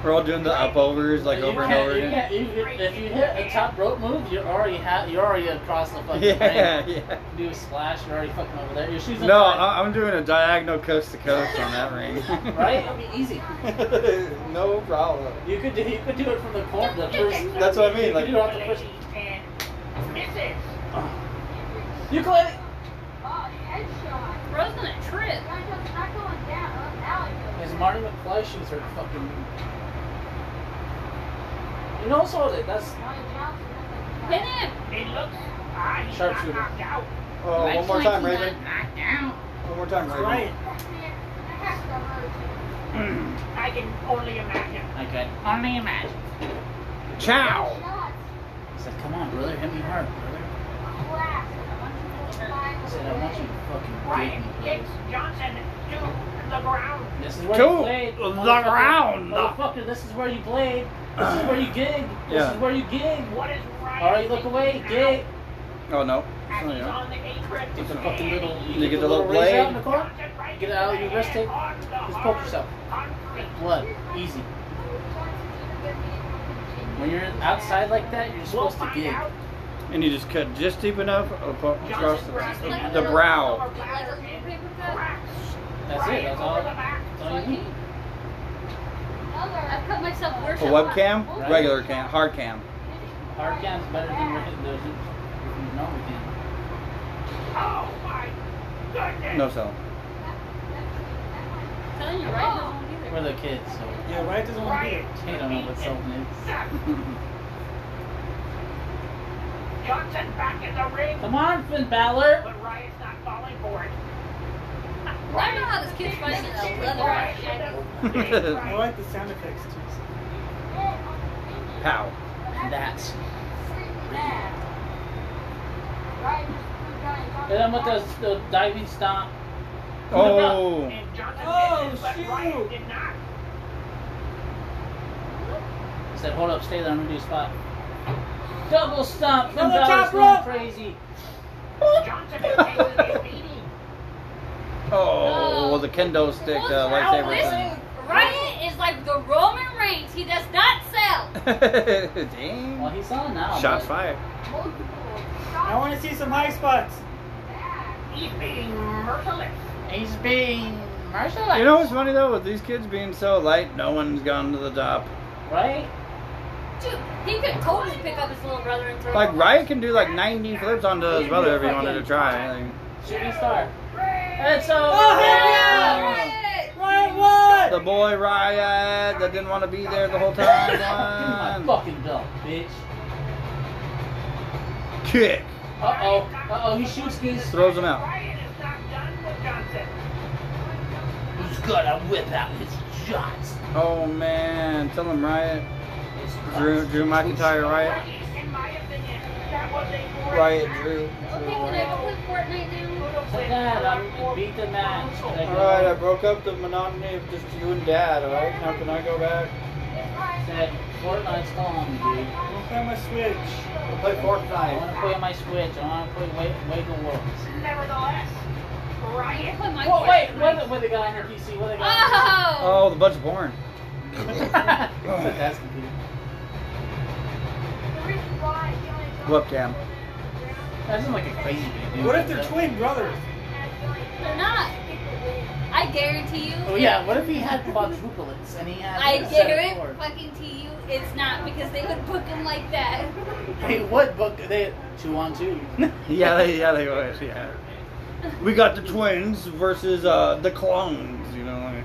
Speaker 1: We're all doing the up overs like
Speaker 2: You
Speaker 1: over and
Speaker 2: can't-
Speaker 1: over
Speaker 2: you
Speaker 1: again.
Speaker 2: can't- you- if- if you hit a top rope move, you're already ha- you're already across the fucking
Speaker 1: Yeah,
Speaker 2: ring.
Speaker 1: yeah.
Speaker 2: Do a splash, you're already fucking over there. Your shoes on
Speaker 1: No,
Speaker 2: fire,
Speaker 1: I- I'm doing a diagonal coast to coast on that ring.
Speaker 2: right? It'll be easy.
Speaker 1: no problem.
Speaker 2: You could do you could do it from the corner, the first.
Speaker 1: That's what I mean.
Speaker 2: You could do it
Speaker 1: Like,
Speaker 2: off the first.
Speaker 10: And misses.
Speaker 2: You could.
Speaker 4: Bro's gonna trip.
Speaker 2: His Marty McFly shoes are fucking. You know, so that that's
Speaker 4: Hit him.
Speaker 10: It looks. Ah, he's not
Speaker 2: Sharpshooter.
Speaker 10: knocked out.
Speaker 1: Oh, one more time, Raven.
Speaker 10: Knocked down.
Speaker 1: One more time,
Speaker 5: That's
Speaker 1: Raven.
Speaker 5: right.
Speaker 10: I can only imagine.
Speaker 2: I could.
Speaker 10: Only imagine.
Speaker 1: Chow.
Speaker 2: He said, "Come on, brother, hit me hard, brother." I said, "I want you to fucking
Speaker 10: Ryan
Speaker 2: beat me." brother."
Speaker 10: kicks Johnson to the ground.
Speaker 2: This is where
Speaker 1: Two.
Speaker 2: you played.
Speaker 1: The
Speaker 2: motherfucker.
Speaker 1: round.
Speaker 2: Motherfucker, this is where you played. This is where you gig. This
Speaker 1: Yeah.
Speaker 2: is where you gig.
Speaker 10: What is Ryan?
Speaker 2: All right, look away. Gig.
Speaker 1: Oh no.
Speaker 10: As
Speaker 1: Oh,
Speaker 10: he's
Speaker 1: yeah.
Speaker 10: on the apron.
Speaker 2: Get the fucking little.
Speaker 1: You get the little
Speaker 2: razor
Speaker 1: blade.
Speaker 2: out in the corner. Get it out of your wrist tape. Just poke yourself. Blood. Easy. When you're outside like that, you're supposed to gig.
Speaker 1: And you just cut just deep enough abo- across the,
Speaker 4: Like
Speaker 1: the
Speaker 4: a-
Speaker 1: brow.
Speaker 4: Like a little paper cut.
Speaker 2: That's it. That's all. That's all you need.
Speaker 4: I've cut myself worse.
Speaker 1: A webcam,
Speaker 2: Right.
Speaker 1: regular cam, hard cam.
Speaker 2: Hard cam's better than your the, the normal cam.
Speaker 1: No cell.
Speaker 4: I'm telling you, right? Doesn't want either.
Speaker 2: We're the kids, so
Speaker 5: Yeah, right doesn't want to be it.
Speaker 2: they don't know what something is.
Speaker 10: Johnson back in the ring,
Speaker 2: Come on, Finn Balor.
Speaker 10: but Ryan's not falling for it.
Speaker 4: I don't know how this kid's fighting in a leather jacket.
Speaker 5: I like the sound effects too.
Speaker 1: Pow.
Speaker 2: That's. Hit him with the, the diving stomp.
Speaker 1: Oh.
Speaker 10: And Johnson
Speaker 5: Oh,
Speaker 10: did this, but Ryan did not.
Speaker 2: He said, "Hold up, stay there. I'm gonna do a spot." Double stomp. Finn
Speaker 5: From the
Speaker 2: Balor's
Speaker 5: top
Speaker 2: going
Speaker 5: rope.
Speaker 2: crazy.
Speaker 10: Johnson is taking his beating.
Speaker 1: Oh, the kendo stick uh, lightsaber
Speaker 4: Ryan is like the Roman Reigns. He does not sell.
Speaker 1: thing.
Speaker 2: Well,
Speaker 1: Dang.
Speaker 2: he's on now.
Speaker 1: Shots
Speaker 2: but-
Speaker 1: fired.
Speaker 5: I want to see some high spots.
Speaker 10: He's being merciless.
Speaker 2: He's being martialized.
Speaker 1: You know what's funny though? With these kids being so light, no one's gone to the top.
Speaker 2: right?
Speaker 4: Dude, he could totally pick up his little brother and throw
Speaker 1: Like
Speaker 4: him.
Speaker 1: Riot can do like 90 flips onto his brother if he wanted to try. Like,
Speaker 2: Shooting star. It's over.
Speaker 5: Oh,
Speaker 2: now.
Speaker 5: hell Right, what?
Speaker 1: the boy Riot that didn't want to be there the whole
Speaker 2: Give me my
Speaker 1: time. won.
Speaker 2: fucking belt, bitch.
Speaker 1: Kick
Speaker 2: Uh oh. Uh oh. He shoots me.
Speaker 1: throws him out.
Speaker 10: Ryan is not done with Johnson.
Speaker 2: He's gonna whip out his shots.
Speaker 1: Oh man, tell him Riot.
Speaker 2: His
Speaker 1: Drew,
Speaker 2: shots.
Speaker 1: Drew McIntyre, Riot.
Speaker 10: In my opinion, that was a great
Speaker 1: Riot, Drew.
Speaker 4: Okay, well, now quit Fortnite now.
Speaker 2: So that I beat the match. They go,
Speaker 1: Alright, I broke up the monotony of just you and dad, alright? Now can I go back?
Speaker 2: Said Fortnite's calling me, dude.
Speaker 5: We'll play my switch.
Speaker 1: We'll play
Speaker 2: I
Speaker 1: Fortnite.
Speaker 2: want to play my Switch. I want to play Wa- Wake Worlds.
Speaker 10: Nevertheless,
Speaker 4: I
Speaker 10: Ryan
Speaker 4: put my
Speaker 2: Whoa, wait,
Speaker 4: Fortnite.
Speaker 2: what? What they got on her PC? What they got?
Speaker 4: Oh!
Speaker 1: Oh, the bunch of porn.
Speaker 2: That's computer.
Speaker 1: Webcam.
Speaker 2: That seems like a crazy thing. to do.
Speaker 5: What if they're twin brothers?
Speaker 4: They're not. I guarantee you.
Speaker 2: Oh yeah. What if he had quadruplets and he had?
Speaker 4: I
Speaker 2: a set of
Speaker 4: guarantee
Speaker 2: four?
Speaker 4: fucking to you it's not because they would book him like that.
Speaker 2: Hey, what book? They two on two.
Speaker 1: Yeah, they, yeah, they was, yeah. We got the twins versus uh, the clones, you know? Like,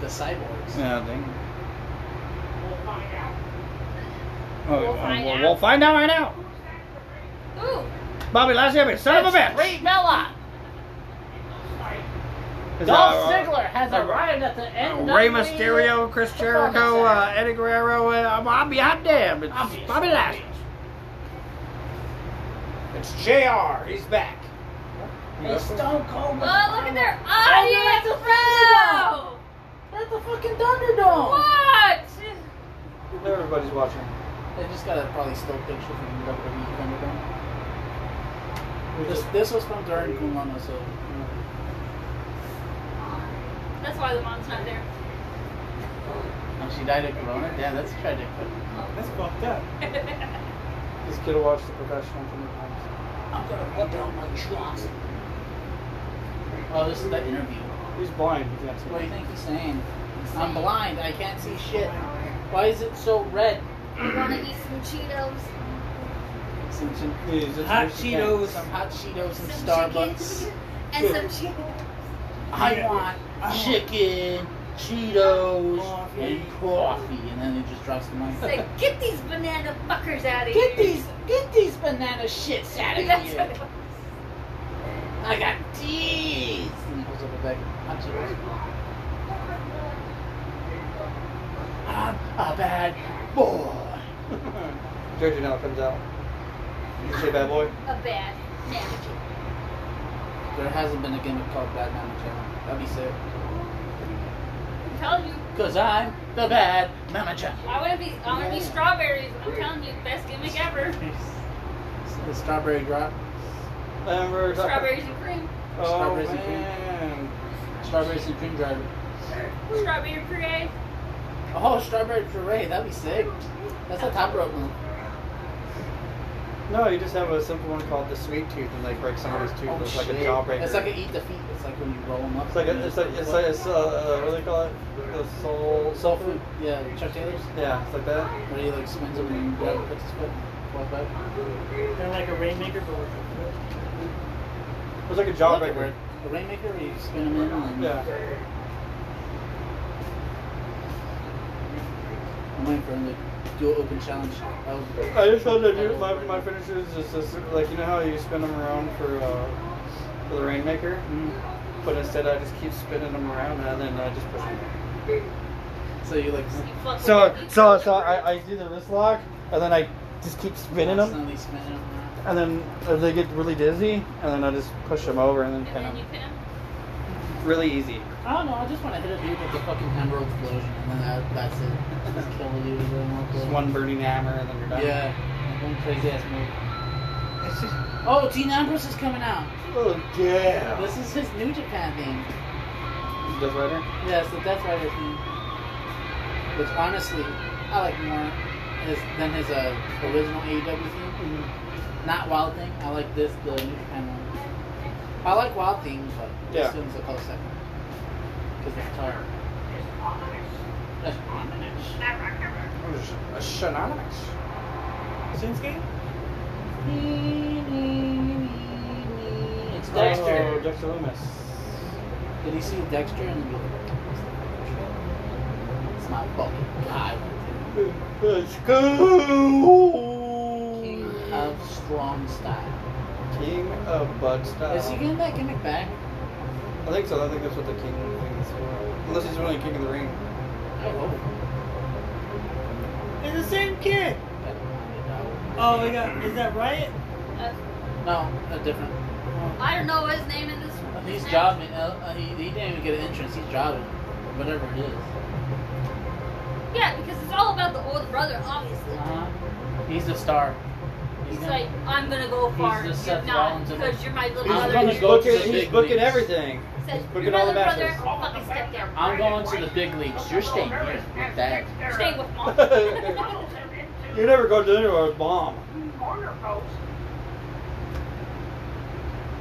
Speaker 2: the cyborgs.
Speaker 1: yeah, I think.
Speaker 10: will find out.
Speaker 1: Oh,
Speaker 4: We'll
Speaker 1: well,
Speaker 4: find
Speaker 1: we'll,
Speaker 4: out.
Speaker 1: we'll find out right now.
Speaker 4: Ooh,
Speaker 1: Bobby Lashley, son of a bitch.
Speaker 2: Great Mella.
Speaker 1: Is
Speaker 2: Dolph
Speaker 1: that, uh,
Speaker 2: Ziggler has
Speaker 1: uh,
Speaker 2: arrived at the
Speaker 1: uh,
Speaker 2: end.
Speaker 1: Rey
Speaker 2: of the-
Speaker 1: Mysterio, Chris
Speaker 2: Performance
Speaker 1: Jericho, uh,
Speaker 2: Center.
Speaker 1: Eddie Guerrero, uh, Bobby, hot damn, it's
Speaker 2: Obvious.
Speaker 1: Bobby Lashley. It's JR, he's back.
Speaker 2: It's uh, Stone Cold.
Speaker 4: oh, look at their
Speaker 2: Oh,
Speaker 4: audience, bro!
Speaker 2: They're at the fucking Thunderdome.
Speaker 4: What?
Speaker 1: Everybody's watching.
Speaker 2: They just got a probably still picture from the WWE Thunderdome. This, this was from during Kumano, so.
Speaker 4: That's why the mom's not there.
Speaker 2: And Oh, she died of corona? Damn, that's tragic.
Speaker 5: That's fucked up.
Speaker 1: This kid watched the professional from the times.
Speaker 2: I'm gonna put down my shots. Oh, this is the interview.
Speaker 1: He's blind. He's not
Speaker 2: What do you think he's saying? I'm blind. I can't see shit. Why is it so red?
Speaker 4: You wanna eat some Cheetos?
Speaker 2: Some, some,
Speaker 5: Hot Cheetos.
Speaker 2: some hot Cheetos and
Speaker 4: Some
Speaker 2: Starbucks.
Speaker 4: chicken? And some chicken.
Speaker 2: I want chicken, Cheetos, and coffee. And then it just drops the mic.
Speaker 4: Say, get these banana fuckers out of here.
Speaker 2: Get these, get these banana shits out of
Speaker 4: That's what
Speaker 2: here.
Speaker 4: it was.
Speaker 2: I got these. And he holds up a bag. I'm serious. I'm a bad boy.
Speaker 1: Georgie now comes out. You say bad boy?
Speaker 4: A bad napkin.
Speaker 2: There hasn't been a gimmick called Bad Mama John. That'd be sick.
Speaker 4: I'm telling you,
Speaker 2: Cause I'm the bad Mama John.
Speaker 4: I wanna be, I wanna be strawberries. I'm telling you, best gimmick ever.
Speaker 2: The strawberry drop.
Speaker 4: Strawberries and cream.
Speaker 1: Oh,
Speaker 2: Strawberries and cream.
Speaker 1: man.
Speaker 2: Strawberries and cream driver.
Speaker 4: Strawberry puree.
Speaker 2: Oh, strawberry puree. That'd be sick. That's a top rope move.
Speaker 1: No, you just have a simple one called the sweet tooth, and like break somebody's tooth.
Speaker 2: Oh,
Speaker 1: it's like a
Speaker 2: shit.
Speaker 1: jawbreaker.
Speaker 2: It's like an eat the feet. It's like when you roll them up.
Speaker 1: It's like a, it's like it's like it's uh, uh, what do they call it? The soul.
Speaker 2: soul food. Yeah, Chuck Taylor's.
Speaker 1: Yeah, it's like that.
Speaker 2: Where he like spins them and grab puts his foot. Walk back.
Speaker 5: Kind of like a rainmaker, but with a foot.
Speaker 1: It's like a
Speaker 2: I like it
Speaker 1: jawbreaker.
Speaker 2: where- The rainmaker where you spin them in and
Speaker 1: Yeah.
Speaker 2: I'm waiting for him to do an open challenge. That was
Speaker 1: I just thought that you, my my finisher is just this, like you know how you spin them around for uh, for the rainmaker,
Speaker 2: Mhm.
Speaker 1: but instead I just keep spinning them around and then I just push them.
Speaker 2: So you like
Speaker 4: You fuck with
Speaker 1: So
Speaker 4: it.
Speaker 1: so so I, I do the wrist lock and then I just keep spinning them
Speaker 2: constantly spinning them
Speaker 1: and
Speaker 2: around.
Speaker 1: then uh, they get really dizzy and then I just push them over and then
Speaker 4: And
Speaker 1: pin
Speaker 4: then you
Speaker 1: 'em.
Speaker 4: pin him.
Speaker 1: Really easy.
Speaker 2: I don't know. I just want to hit a dude with the fucking hammer explosion, and then that, that's it. Just kill the dude with an
Speaker 1: Just
Speaker 2: explosion.
Speaker 1: one burning hammer and then you're done.
Speaker 2: Yeah. One crazy ass move.
Speaker 5: It's just
Speaker 2: Oh, Dean Ambrose is coming out.
Speaker 1: Oh yeah.
Speaker 2: This is his New Japan theme.
Speaker 1: Death Rider.
Speaker 2: Yeah, it's the Death Rider theme. Which honestly, I like more his, than his uh, original AEW theme.
Speaker 1: Mm-hmm.
Speaker 2: Not Wild Thing. I like this, the New Japan one. I like Wild Thing, but
Speaker 1: Yeah.
Speaker 2: this one's a close second. Because the guitar. That's ominous.
Speaker 1: A shenanigans.
Speaker 5: Shinsuke?
Speaker 2: It's Dexter.
Speaker 1: Oh, Dexter Loomis.
Speaker 2: Did he see Dexter and be like, it's my fucking guy.
Speaker 1: Let's go.
Speaker 2: King of strong style.
Speaker 1: King of Bud Style.
Speaker 2: Is he getting that gimmick back?
Speaker 1: I think so. I think that's what the king thing is for. Unless he's really king of the ring.
Speaker 2: I hope.
Speaker 5: It's the same kid! Oh my god, is that right?
Speaker 4: Uh,
Speaker 2: No, a different.
Speaker 4: I don't know his name in this.
Speaker 2: He's jobbing. Uh, uh, he, he didn't even get an entrance. He's jobbing. Whatever it is.
Speaker 4: Yeah, because it's all about the older brother, obviously.
Speaker 2: Uh-huh. He's the star.
Speaker 4: He's
Speaker 2: gonna-
Speaker 4: like, I'm gonna go
Speaker 2: He's
Speaker 4: far.
Speaker 2: the
Speaker 4: You're
Speaker 2: Seth
Speaker 4: not,
Speaker 2: Rollins of-
Speaker 4: because you're my little
Speaker 2: He's
Speaker 4: brother.
Speaker 2: gonna
Speaker 1: he's
Speaker 2: go
Speaker 1: booking,
Speaker 2: to the
Speaker 1: he's
Speaker 2: big
Speaker 1: booking
Speaker 2: leagues.
Speaker 1: everything.
Speaker 4: Says,
Speaker 1: Look
Speaker 4: you're
Speaker 1: at all
Speaker 4: my
Speaker 1: the
Speaker 4: little brother.
Speaker 1: matches.
Speaker 4: I'll fucking step down.
Speaker 2: I'm going to the big leagues. You're staying here with dad.
Speaker 4: Stay with mom.
Speaker 1: You never go to dinner with a bomb.
Speaker 10: Corner post.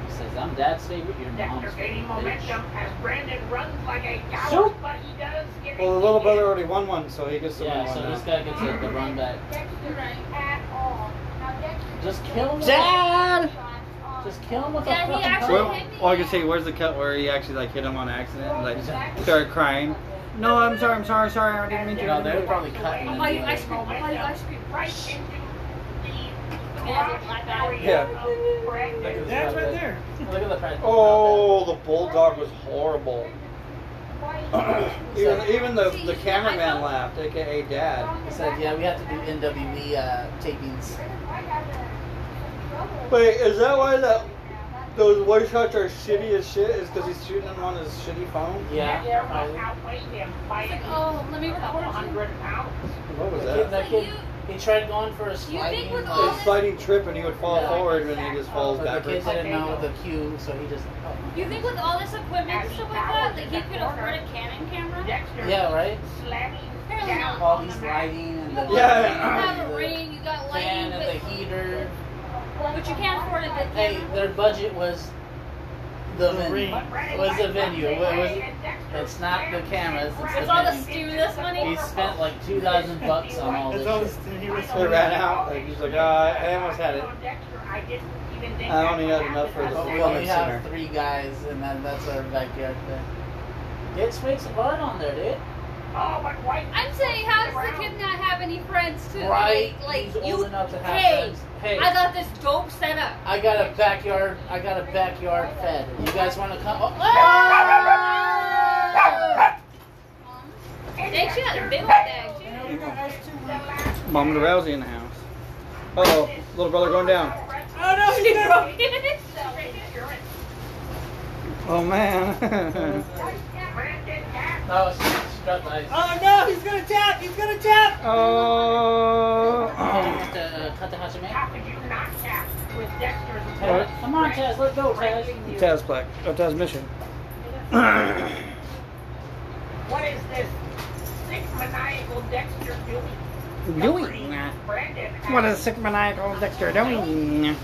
Speaker 2: He says, I'm dad's favorite. Your mom's
Speaker 10: Dexter gaining
Speaker 2: favorite.
Speaker 10: momentum
Speaker 2: bitch."
Speaker 10: as Brandon runs like a
Speaker 2: Sure.
Speaker 10: gallop, but he does get
Speaker 1: Well, the little brother already won one, so he gets the
Speaker 2: Yeah,
Speaker 1: one
Speaker 2: so
Speaker 1: now.
Speaker 2: this guy gets the, the run back. Just kill him.
Speaker 8: Dad!
Speaker 2: Just kill him with
Speaker 4: Yeah,
Speaker 2: a
Speaker 4: he
Speaker 2: fucking
Speaker 4: actually
Speaker 1: Well,
Speaker 2: phone.
Speaker 4: hit me.
Speaker 1: all I can say, where's the cut where he actually like hit him on accident and like started crying? No, I'm sorry, I'm sorry, sorry, I didn't mean to.
Speaker 2: No, they were probably cutting
Speaker 4: I'll
Speaker 2: him.
Speaker 4: buy you ice cream. I'll buy you
Speaker 10: momentum
Speaker 4: ice cream.
Speaker 10: right into the
Speaker 4: Okay, that's a black guy.
Speaker 10: garage
Speaker 1: Yeah.
Speaker 10: area of Brandon.
Speaker 5: That's right there.
Speaker 2: Look at the price.
Speaker 1: Oh, the bulldog was horrible. even even the, the cameraman laughed, aka Dad.
Speaker 2: He said, yeah, we have to do NWE uh, tapings.
Speaker 1: Wait, is that why that those white shots are shitty as shit? Is because he's shooting them on his shitty phone?
Speaker 2: Yeah.
Speaker 10: Never
Speaker 2: probably.
Speaker 10: outweighed him by
Speaker 4: It's like,
Speaker 10: a
Speaker 4: oh, let me record
Speaker 10: hundred pounds.
Speaker 1: What was
Speaker 2: That kid,
Speaker 1: that?
Speaker 2: that kid, he tried going for a
Speaker 4: think
Speaker 2: sliding.
Speaker 4: with all
Speaker 1: A
Speaker 2: like,
Speaker 1: sliding trip and he would fall
Speaker 2: Yeah.
Speaker 1: forward and he just falls
Speaker 2: but the kid
Speaker 1: backwards.
Speaker 2: didn't know the cue, so he just. oh.
Speaker 4: you. You think with all this equipment and stuff like that, like he could afford a Canon camera?
Speaker 10: Dexter
Speaker 2: Yeah, right?
Speaker 10: slamming
Speaker 4: Apparently
Speaker 10: down
Speaker 4: not.
Speaker 2: All
Speaker 10: on
Speaker 2: these
Speaker 10: the mat.
Speaker 2: lighting and
Speaker 4: You
Speaker 2: the.
Speaker 4: have
Speaker 1: Yeah.
Speaker 4: lighting, You have a
Speaker 2: the
Speaker 4: ring, you got lighting,
Speaker 2: Fan and the
Speaker 4: but,
Speaker 2: heater.
Speaker 4: but you can't afford a good
Speaker 2: Hey,
Speaker 4: camera.
Speaker 2: their budget was the venue.
Speaker 5: ring.
Speaker 10: But Brandon
Speaker 2: Was the
Speaker 10: White
Speaker 2: venue?
Speaker 10: runs
Speaker 2: What was
Speaker 10: away
Speaker 2: it?
Speaker 10: and Dexter
Speaker 2: It's not the
Speaker 10: slams
Speaker 2: cameras.
Speaker 10: his
Speaker 2: It's
Speaker 10: right
Speaker 4: It's all the
Speaker 10: into
Speaker 4: stimulus money.
Speaker 2: He spent like two thousand bucks on all
Speaker 5: That's all
Speaker 2: this
Speaker 5: this
Speaker 2: shit.
Speaker 5: he was
Speaker 1: It ran out. Like he's like, oh, I I almost had it.
Speaker 10: Dexter, I didn't even think
Speaker 1: I only
Speaker 10: that
Speaker 1: had enough for the
Speaker 10: Oh,
Speaker 2: But we
Speaker 1: Performance
Speaker 2: only have
Speaker 1: center.
Speaker 2: three guys, and then that's our backyard thing. Get Swigs and Bud on there, dude.
Speaker 10: Oh, but White.
Speaker 4: I'm saying, how does the kid not have any friends too?
Speaker 2: Right?
Speaker 4: Like,
Speaker 2: He's
Speaker 4: like
Speaker 2: old
Speaker 4: you.
Speaker 2: enough to have
Speaker 4: Hey,
Speaker 2: friends. Hey,
Speaker 4: I got this dope setup.
Speaker 2: I got a backyard. I got a backyard fed. You guys want to come? Oh,
Speaker 4: They actually had a big old bag too.
Speaker 1: Mom and Rousey in the house. Oh, little brother going down.
Speaker 5: Oh no,
Speaker 4: She
Speaker 5: he's got
Speaker 4: broke it.
Speaker 1: Oh man.
Speaker 2: No, she struck lights.
Speaker 5: Oh no, he's gonna tap! He's gonna tap!
Speaker 1: oh.
Speaker 2: Uh, cut the Hachime.
Speaker 10: How could you not tap with Dexter's
Speaker 1: What?
Speaker 2: Come on, Taz. Let's go, Taz.
Speaker 1: Taz Black. Oh, Taz Mission.
Speaker 10: What is this? Six maniacal Dexter doing?
Speaker 8: Doing.
Speaker 10: Brandon.
Speaker 8: What is sick maniacal Dexter doing?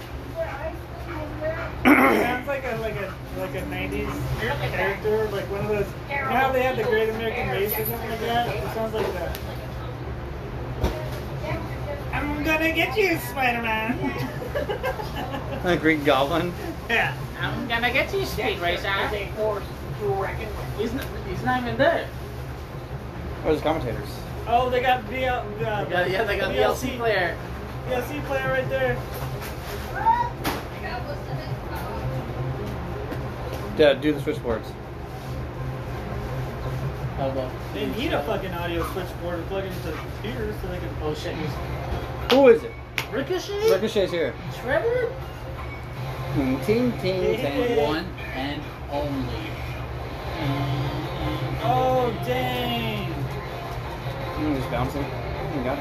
Speaker 5: Sounds like a like a like a '90s character, like one of those. You know how they had the Great American Race or something like that? It sounds like that. I'm gonna get you, Spider-Man.
Speaker 8: A Green Goblin.
Speaker 5: yeah.
Speaker 2: I'm gonna get you, Speed Racer.
Speaker 10: Is a force to reckon with.
Speaker 2: He's not, he's not even there.
Speaker 8: Or the commentators.
Speaker 5: Oh, they got BL. Uh,
Speaker 2: They got, yeah, they got a DLC player.
Speaker 5: DLC player right there.
Speaker 8: Yeah, do the switchboards.
Speaker 2: Oh, well.
Speaker 5: They need a fucking audio switchboard to plug into the computer so they can.
Speaker 2: Oh shit, he's
Speaker 8: Who is it?
Speaker 2: Ricochet?
Speaker 8: Ricochet's here.
Speaker 2: Trevor?
Speaker 8: Ting, Hmm, ting, ting, ting.
Speaker 2: One and only.
Speaker 5: Oh dang!
Speaker 8: Mm, He's bouncing. Oh my god.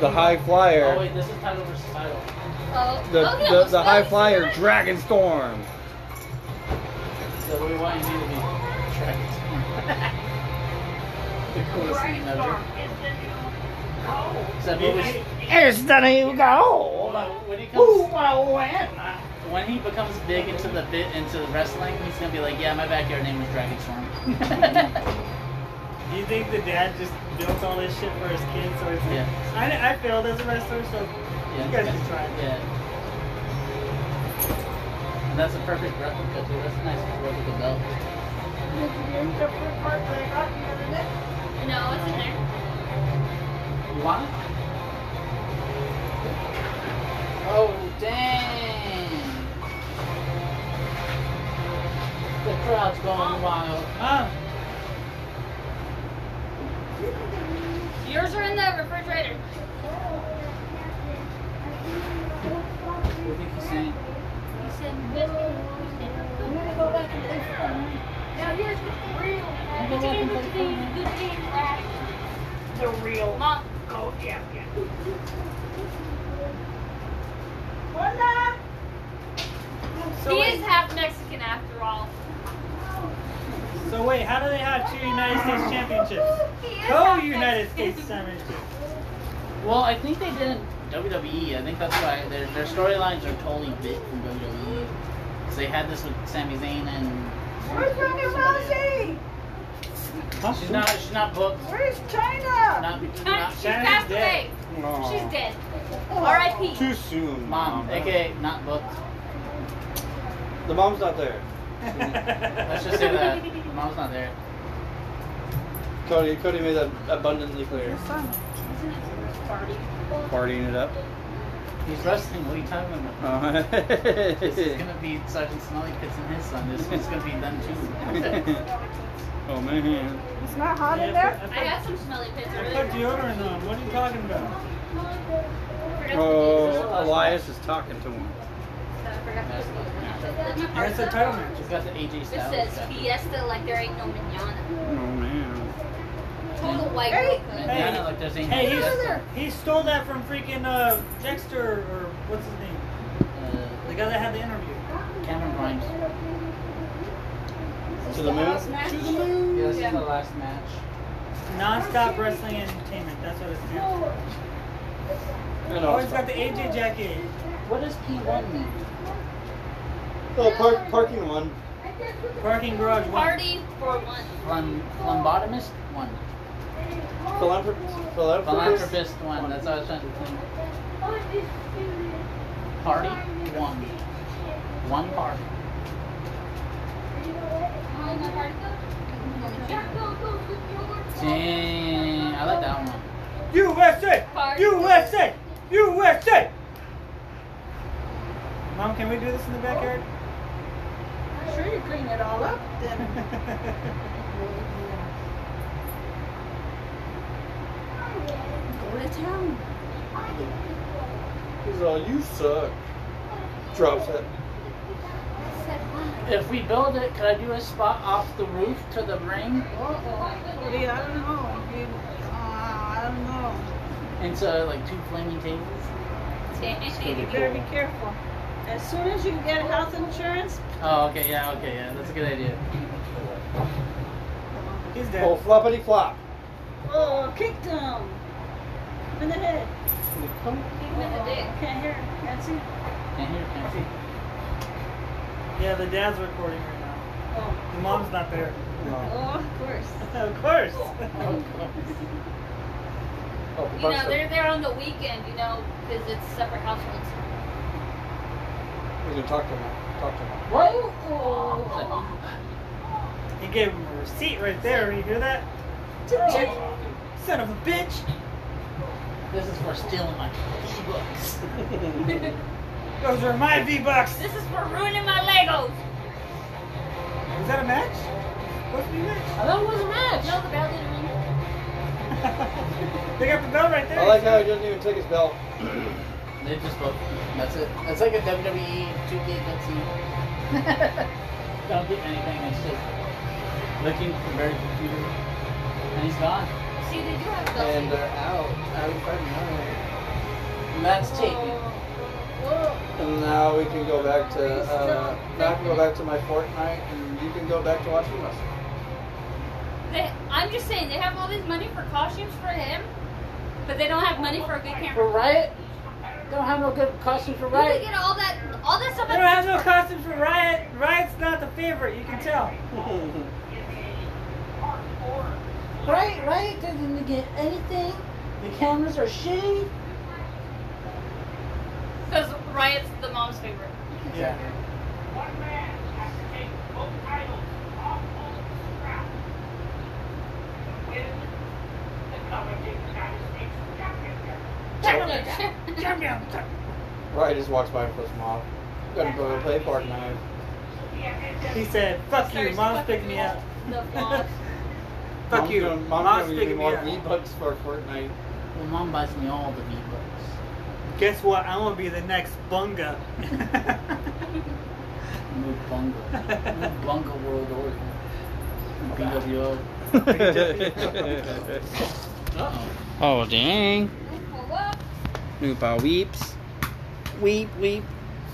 Speaker 8: The high flyer.
Speaker 2: Oh wait, this is title versus title.
Speaker 4: Oh,
Speaker 8: the,
Speaker 4: look, it
Speaker 8: the,
Speaker 4: looks
Speaker 8: the high
Speaker 4: really
Speaker 8: flyer
Speaker 4: smart.
Speaker 8: Dragon Storm.
Speaker 2: So what do you want you need to be tracked? the coolest thing ever.
Speaker 10: Brainstorm is the
Speaker 2: Except
Speaker 10: new code.
Speaker 2: what was,
Speaker 8: Here's the new goal.
Speaker 2: when he comes, when he becomes big into the bit into the wrestling, he's gonna be like, yeah, my backyard name was Dragon Storm.
Speaker 5: Do you think the dad just built all this shit for his kids, or it's like,
Speaker 2: Yeah.
Speaker 5: I, I failed as a wrestler, so
Speaker 2: yeah,
Speaker 5: you guys just try. it.
Speaker 2: Yeah. And that's a perfect replica too. That's a nice replica belt.
Speaker 4: No, it's in there.
Speaker 2: You want it? Oh, dang! The crowd's going wild.
Speaker 5: Huh?
Speaker 4: Yours are in the refrigerator.
Speaker 2: What do you think he's saying?
Speaker 4: He said, "Whiskey." Now here's what's real.
Speaker 2: go back and
Speaker 4: Continue
Speaker 2: play
Speaker 4: to be
Speaker 2: Fortnite.
Speaker 4: good game, lad.
Speaker 10: The real
Speaker 4: Mom,
Speaker 10: code champion.
Speaker 4: he is half Mexican after all.
Speaker 5: So wait, how do they have two United States championships?
Speaker 4: He is half
Speaker 5: Co-United
Speaker 4: Mexican.
Speaker 5: States championships.
Speaker 2: Well, I think they did in WWE. E, I think that's why their, their storylines are totally bit from WWE. Because they had this with Sami Zayn and.
Speaker 7: Where's Ronda Rousey?
Speaker 2: She's not, she's not booked.
Speaker 7: Where's China?
Speaker 2: Not,
Speaker 4: Huh,
Speaker 2: not,
Speaker 4: She's
Speaker 5: Shannon's
Speaker 4: passed
Speaker 5: dead.
Speaker 4: away. She's dead. R.I.P.
Speaker 8: Too soon.
Speaker 2: mom, aka not booked.
Speaker 8: The mom's not there.
Speaker 2: Let's just say that. Mom's not there.
Speaker 8: Cody, Cody made that abundantly clear. Partying it up.
Speaker 2: He's wrestling. What are you talking about?
Speaker 8: Uh,
Speaker 2: This is gonna be Sergeant Smelly Pits and his son. This is gonna be them too.
Speaker 8: oh man.
Speaker 7: It's not hot in
Speaker 5: Yeah,
Speaker 7: there?
Speaker 5: I
Speaker 4: I
Speaker 5: put-
Speaker 4: have some smelly pits.
Speaker 5: I put deodorant on. What are you talking about?
Speaker 8: Oh, Elias is talking to him.
Speaker 5: And it's a title match.
Speaker 2: She's got the AJ
Speaker 4: This
Speaker 2: Styles.
Speaker 4: says
Speaker 2: stuff.
Speaker 4: Fiesta like there ain't no
Speaker 8: Oh
Speaker 4: manana.
Speaker 8: man.
Speaker 4: Total white
Speaker 7: Hey.
Speaker 4: girl
Speaker 2: And
Speaker 4: code.
Speaker 5: Hey.
Speaker 2: Diana, like there's ain't
Speaker 5: Hey,
Speaker 2: no
Speaker 5: he's-
Speaker 2: Fiesta.
Speaker 5: He stole that from freaking uh, Dexter or what's his name?
Speaker 2: Uh,
Speaker 5: The guy that had the interview.
Speaker 2: Cameron Grimes.
Speaker 8: To the moon. To the moon.
Speaker 2: Yeah, this is the last match.
Speaker 5: Non-stop wrestling entertainment. That's what it's
Speaker 7: Oh.
Speaker 5: called.
Speaker 8: And
Speaker 5: Oh, it's
Speaker 8: also.
Speaker 5: got the AJ jacket.
Speaker 2: What does P1 mean?
Speaker 8: Oh, park, parking one.
Speaker 5: Parking garage. one.
Speaker 4: Party for one.
Speaker 2: Lom- Lombotomist one.
Speaker 8: Philanthropist. Philanthropist.
Speaker 2: Philanthropist one. That's what I was trying to think. Party one. One party. Dang, I like that one.
Speaker 5: USA!
Speaker 4: Party.
Speaker 5: USA! USA! Mom, can we do this in the backyard?
Speaker 7: Sure, you clean it all up then. Go to town.
Speaker 8: He's all, you suck. Drops it.
Speaker 2: If we build it, could I do a spot off the roof to the ring
Speaker 7: Uh-oh. Woody, I don't know. You- uh, I don't know.
Speaker 2: into like two flaming tables?
Speaker 7: You better be careful. As soon as you get health insurance,
Speaker 2: Oh, okay, yeah, okay, yeah, that's a good idea.
Speaker 5: He's
Speaker 8: Oh,
Speaker 5: dead.
Speaker 8: floppity flop.
Speaker 7: Oh, kicked him in the head.
Speaker 4: Kick him in the dick.
Speaker 7: Can't hear. Can't see.
Speaker 2: Can't hear, can't see.
Speaker 5: Yeah, the dad's recording right now.
Speaker 7: Oh,
Speaker 5: The mom's not there.
Speaker 7: oh, of course. Oh,
Speaker 5: of course.
Speaker 4: You know, they're there on the weekend, you know, because it's separate households.
Speaker 8: We can talk to him. Talk to him.
Speaker 2: What?
Speaker 5: he gave him a receipt right there. You hear that? Oh, Son of a bitch.
Speaker 2: This is for stealing my books.
Speaker 5: Those are my V bucks. Is
Speaker 4: This is for ruining my Legos.
Speaker 5: that a match? What's the match?
Speaker 2: I thought it was a match.
Speaker 4: No, the bell didn't ring.
Speaker 5: they got the bell right there.
Speaker 8: I like how he doesn't even take his belt.
Speaker 2: They just both. That's it. That's like a E WWE 2K Don't get anything. It's just looking at the very computer, and he's gone.
Speaker 4: See, they do have bells.
Speaker 8: And they're out. Out of front now.
Speaker 2: And that's taping.
Speaker 8: And now we can go back to. Uh, now I can go back to my Fortnite, and you can go back to watching wrestling.
Speaker 4: They, I'm just saying, they have all this money for costumes for him, but they don't have money for a good
Speaker 2: For
Speaker 4: camera.
Speaker 2: Riot, don't have no good costume for
Speaker 4: Where do they
Speaker 2: Riot.
Speaker 4: get all that, all that stuff?
Speaker 5: They don't have no costumes for Riot. Riot's not the favorite. You can tell.
Speaker 2: Riot, Riot doesn't get anything. The cameras are shitty.
Speaker 4: Because Riot's the mom's favorite.
Speaker 5: Yeah.
Speaker 10: One man has to take both titles off all of the scrap. Win the coveted United States championship.
Speaker 8: Right, just walks by and puts him off. Gonna go play Fortnite.
Speaker 5: He said, "Fuck you, mom's picking me up."
Speaker 4: The vlog.
Speaker 5: Fuck
Speaker 8: Mom's
Speaker 5: you,
Speaker 8: Gonna, mom's,
Speaker 5: mom's
Speaker 8: gonna give me
Speaker 5: picking me
Speaker 8: more
Speaker 5: up.
Speaker 8: V bucks for Fortnite.
Speaker 2: Well, mom buys me all the V books.
Speaker 5: Guess what? I'm gonna be the next bunga.
Speaker 2: Move bungle. Move bungle world order. BWO. Uh-oh.
Speaker 1: Oh dang! Noopa weeps. Weep weep.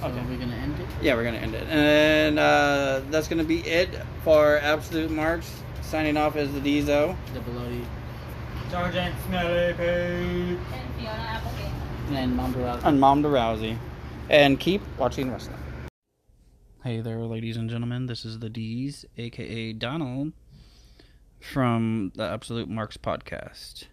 Speaker 2: So are we gonna end it?
Speaker 1: Yeah, we're gonna end it, and uh, that's gonna be it for Absolute Marks. Signing off as the Dizo.
Speaker 2: The bloody
Speaker 5: Sergeant Smelly Pig.
Speaker 4: and Fiona Applegate.
Speaker 2: and mom Barada.
Speaker 1: and Mom DeRousey. And keep watching wrestling. Hey there, ladies and gentlemen. This is the D's, aka Donald, from the Absolute Marks podcast.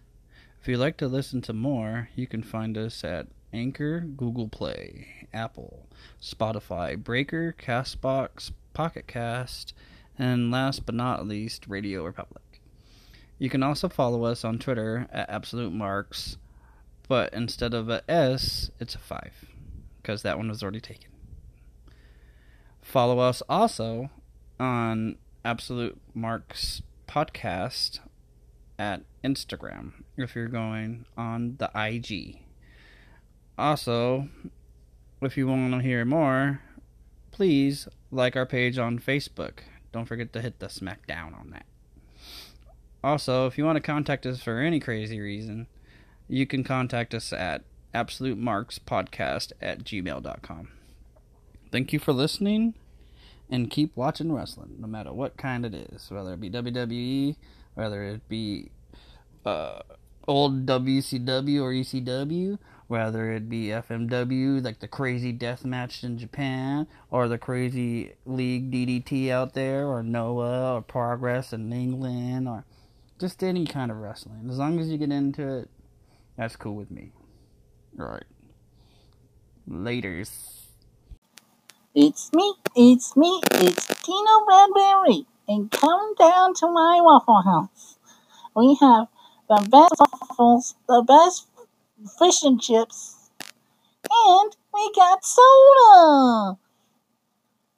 Speaker 1: If you'd like to listen to more, you can find us at Anchor, Google Play, Apple, Spotify, Breaker, Castbox, Pocket Cast, and last but not least, Radio Republic. You can also follow us on Twitter at Absolute Marks but instead of a S, it's a five because that one was already taken. Follow us also on Absolute Marks Podcast at Instagram if you're going on the IG. Also, if you want to hear more, please like our page on Facebook. Don't forget to hit the smackdown on that. Also, if you want to contact us for any crazy reason, you can contact us at absolutemarkspodcast at gmail.com. Thank you for listening and keep watching wrestling, no matter what kind it is, whether it be WWE, whether it be uh, old WCW or ECW, whether it be FMW, like the crazy death match in Japan, or the crazy league DDT out there, or Noah, or Progress in England, or just any kind of wrestling. As long as you get into it, that's cool with me. All right. Laters.
Speaker 11: It's me, it's me, it's Tino Bradbury, and come down to my Waffle House. We have the best waffles, the best fish and chips, and we got soda!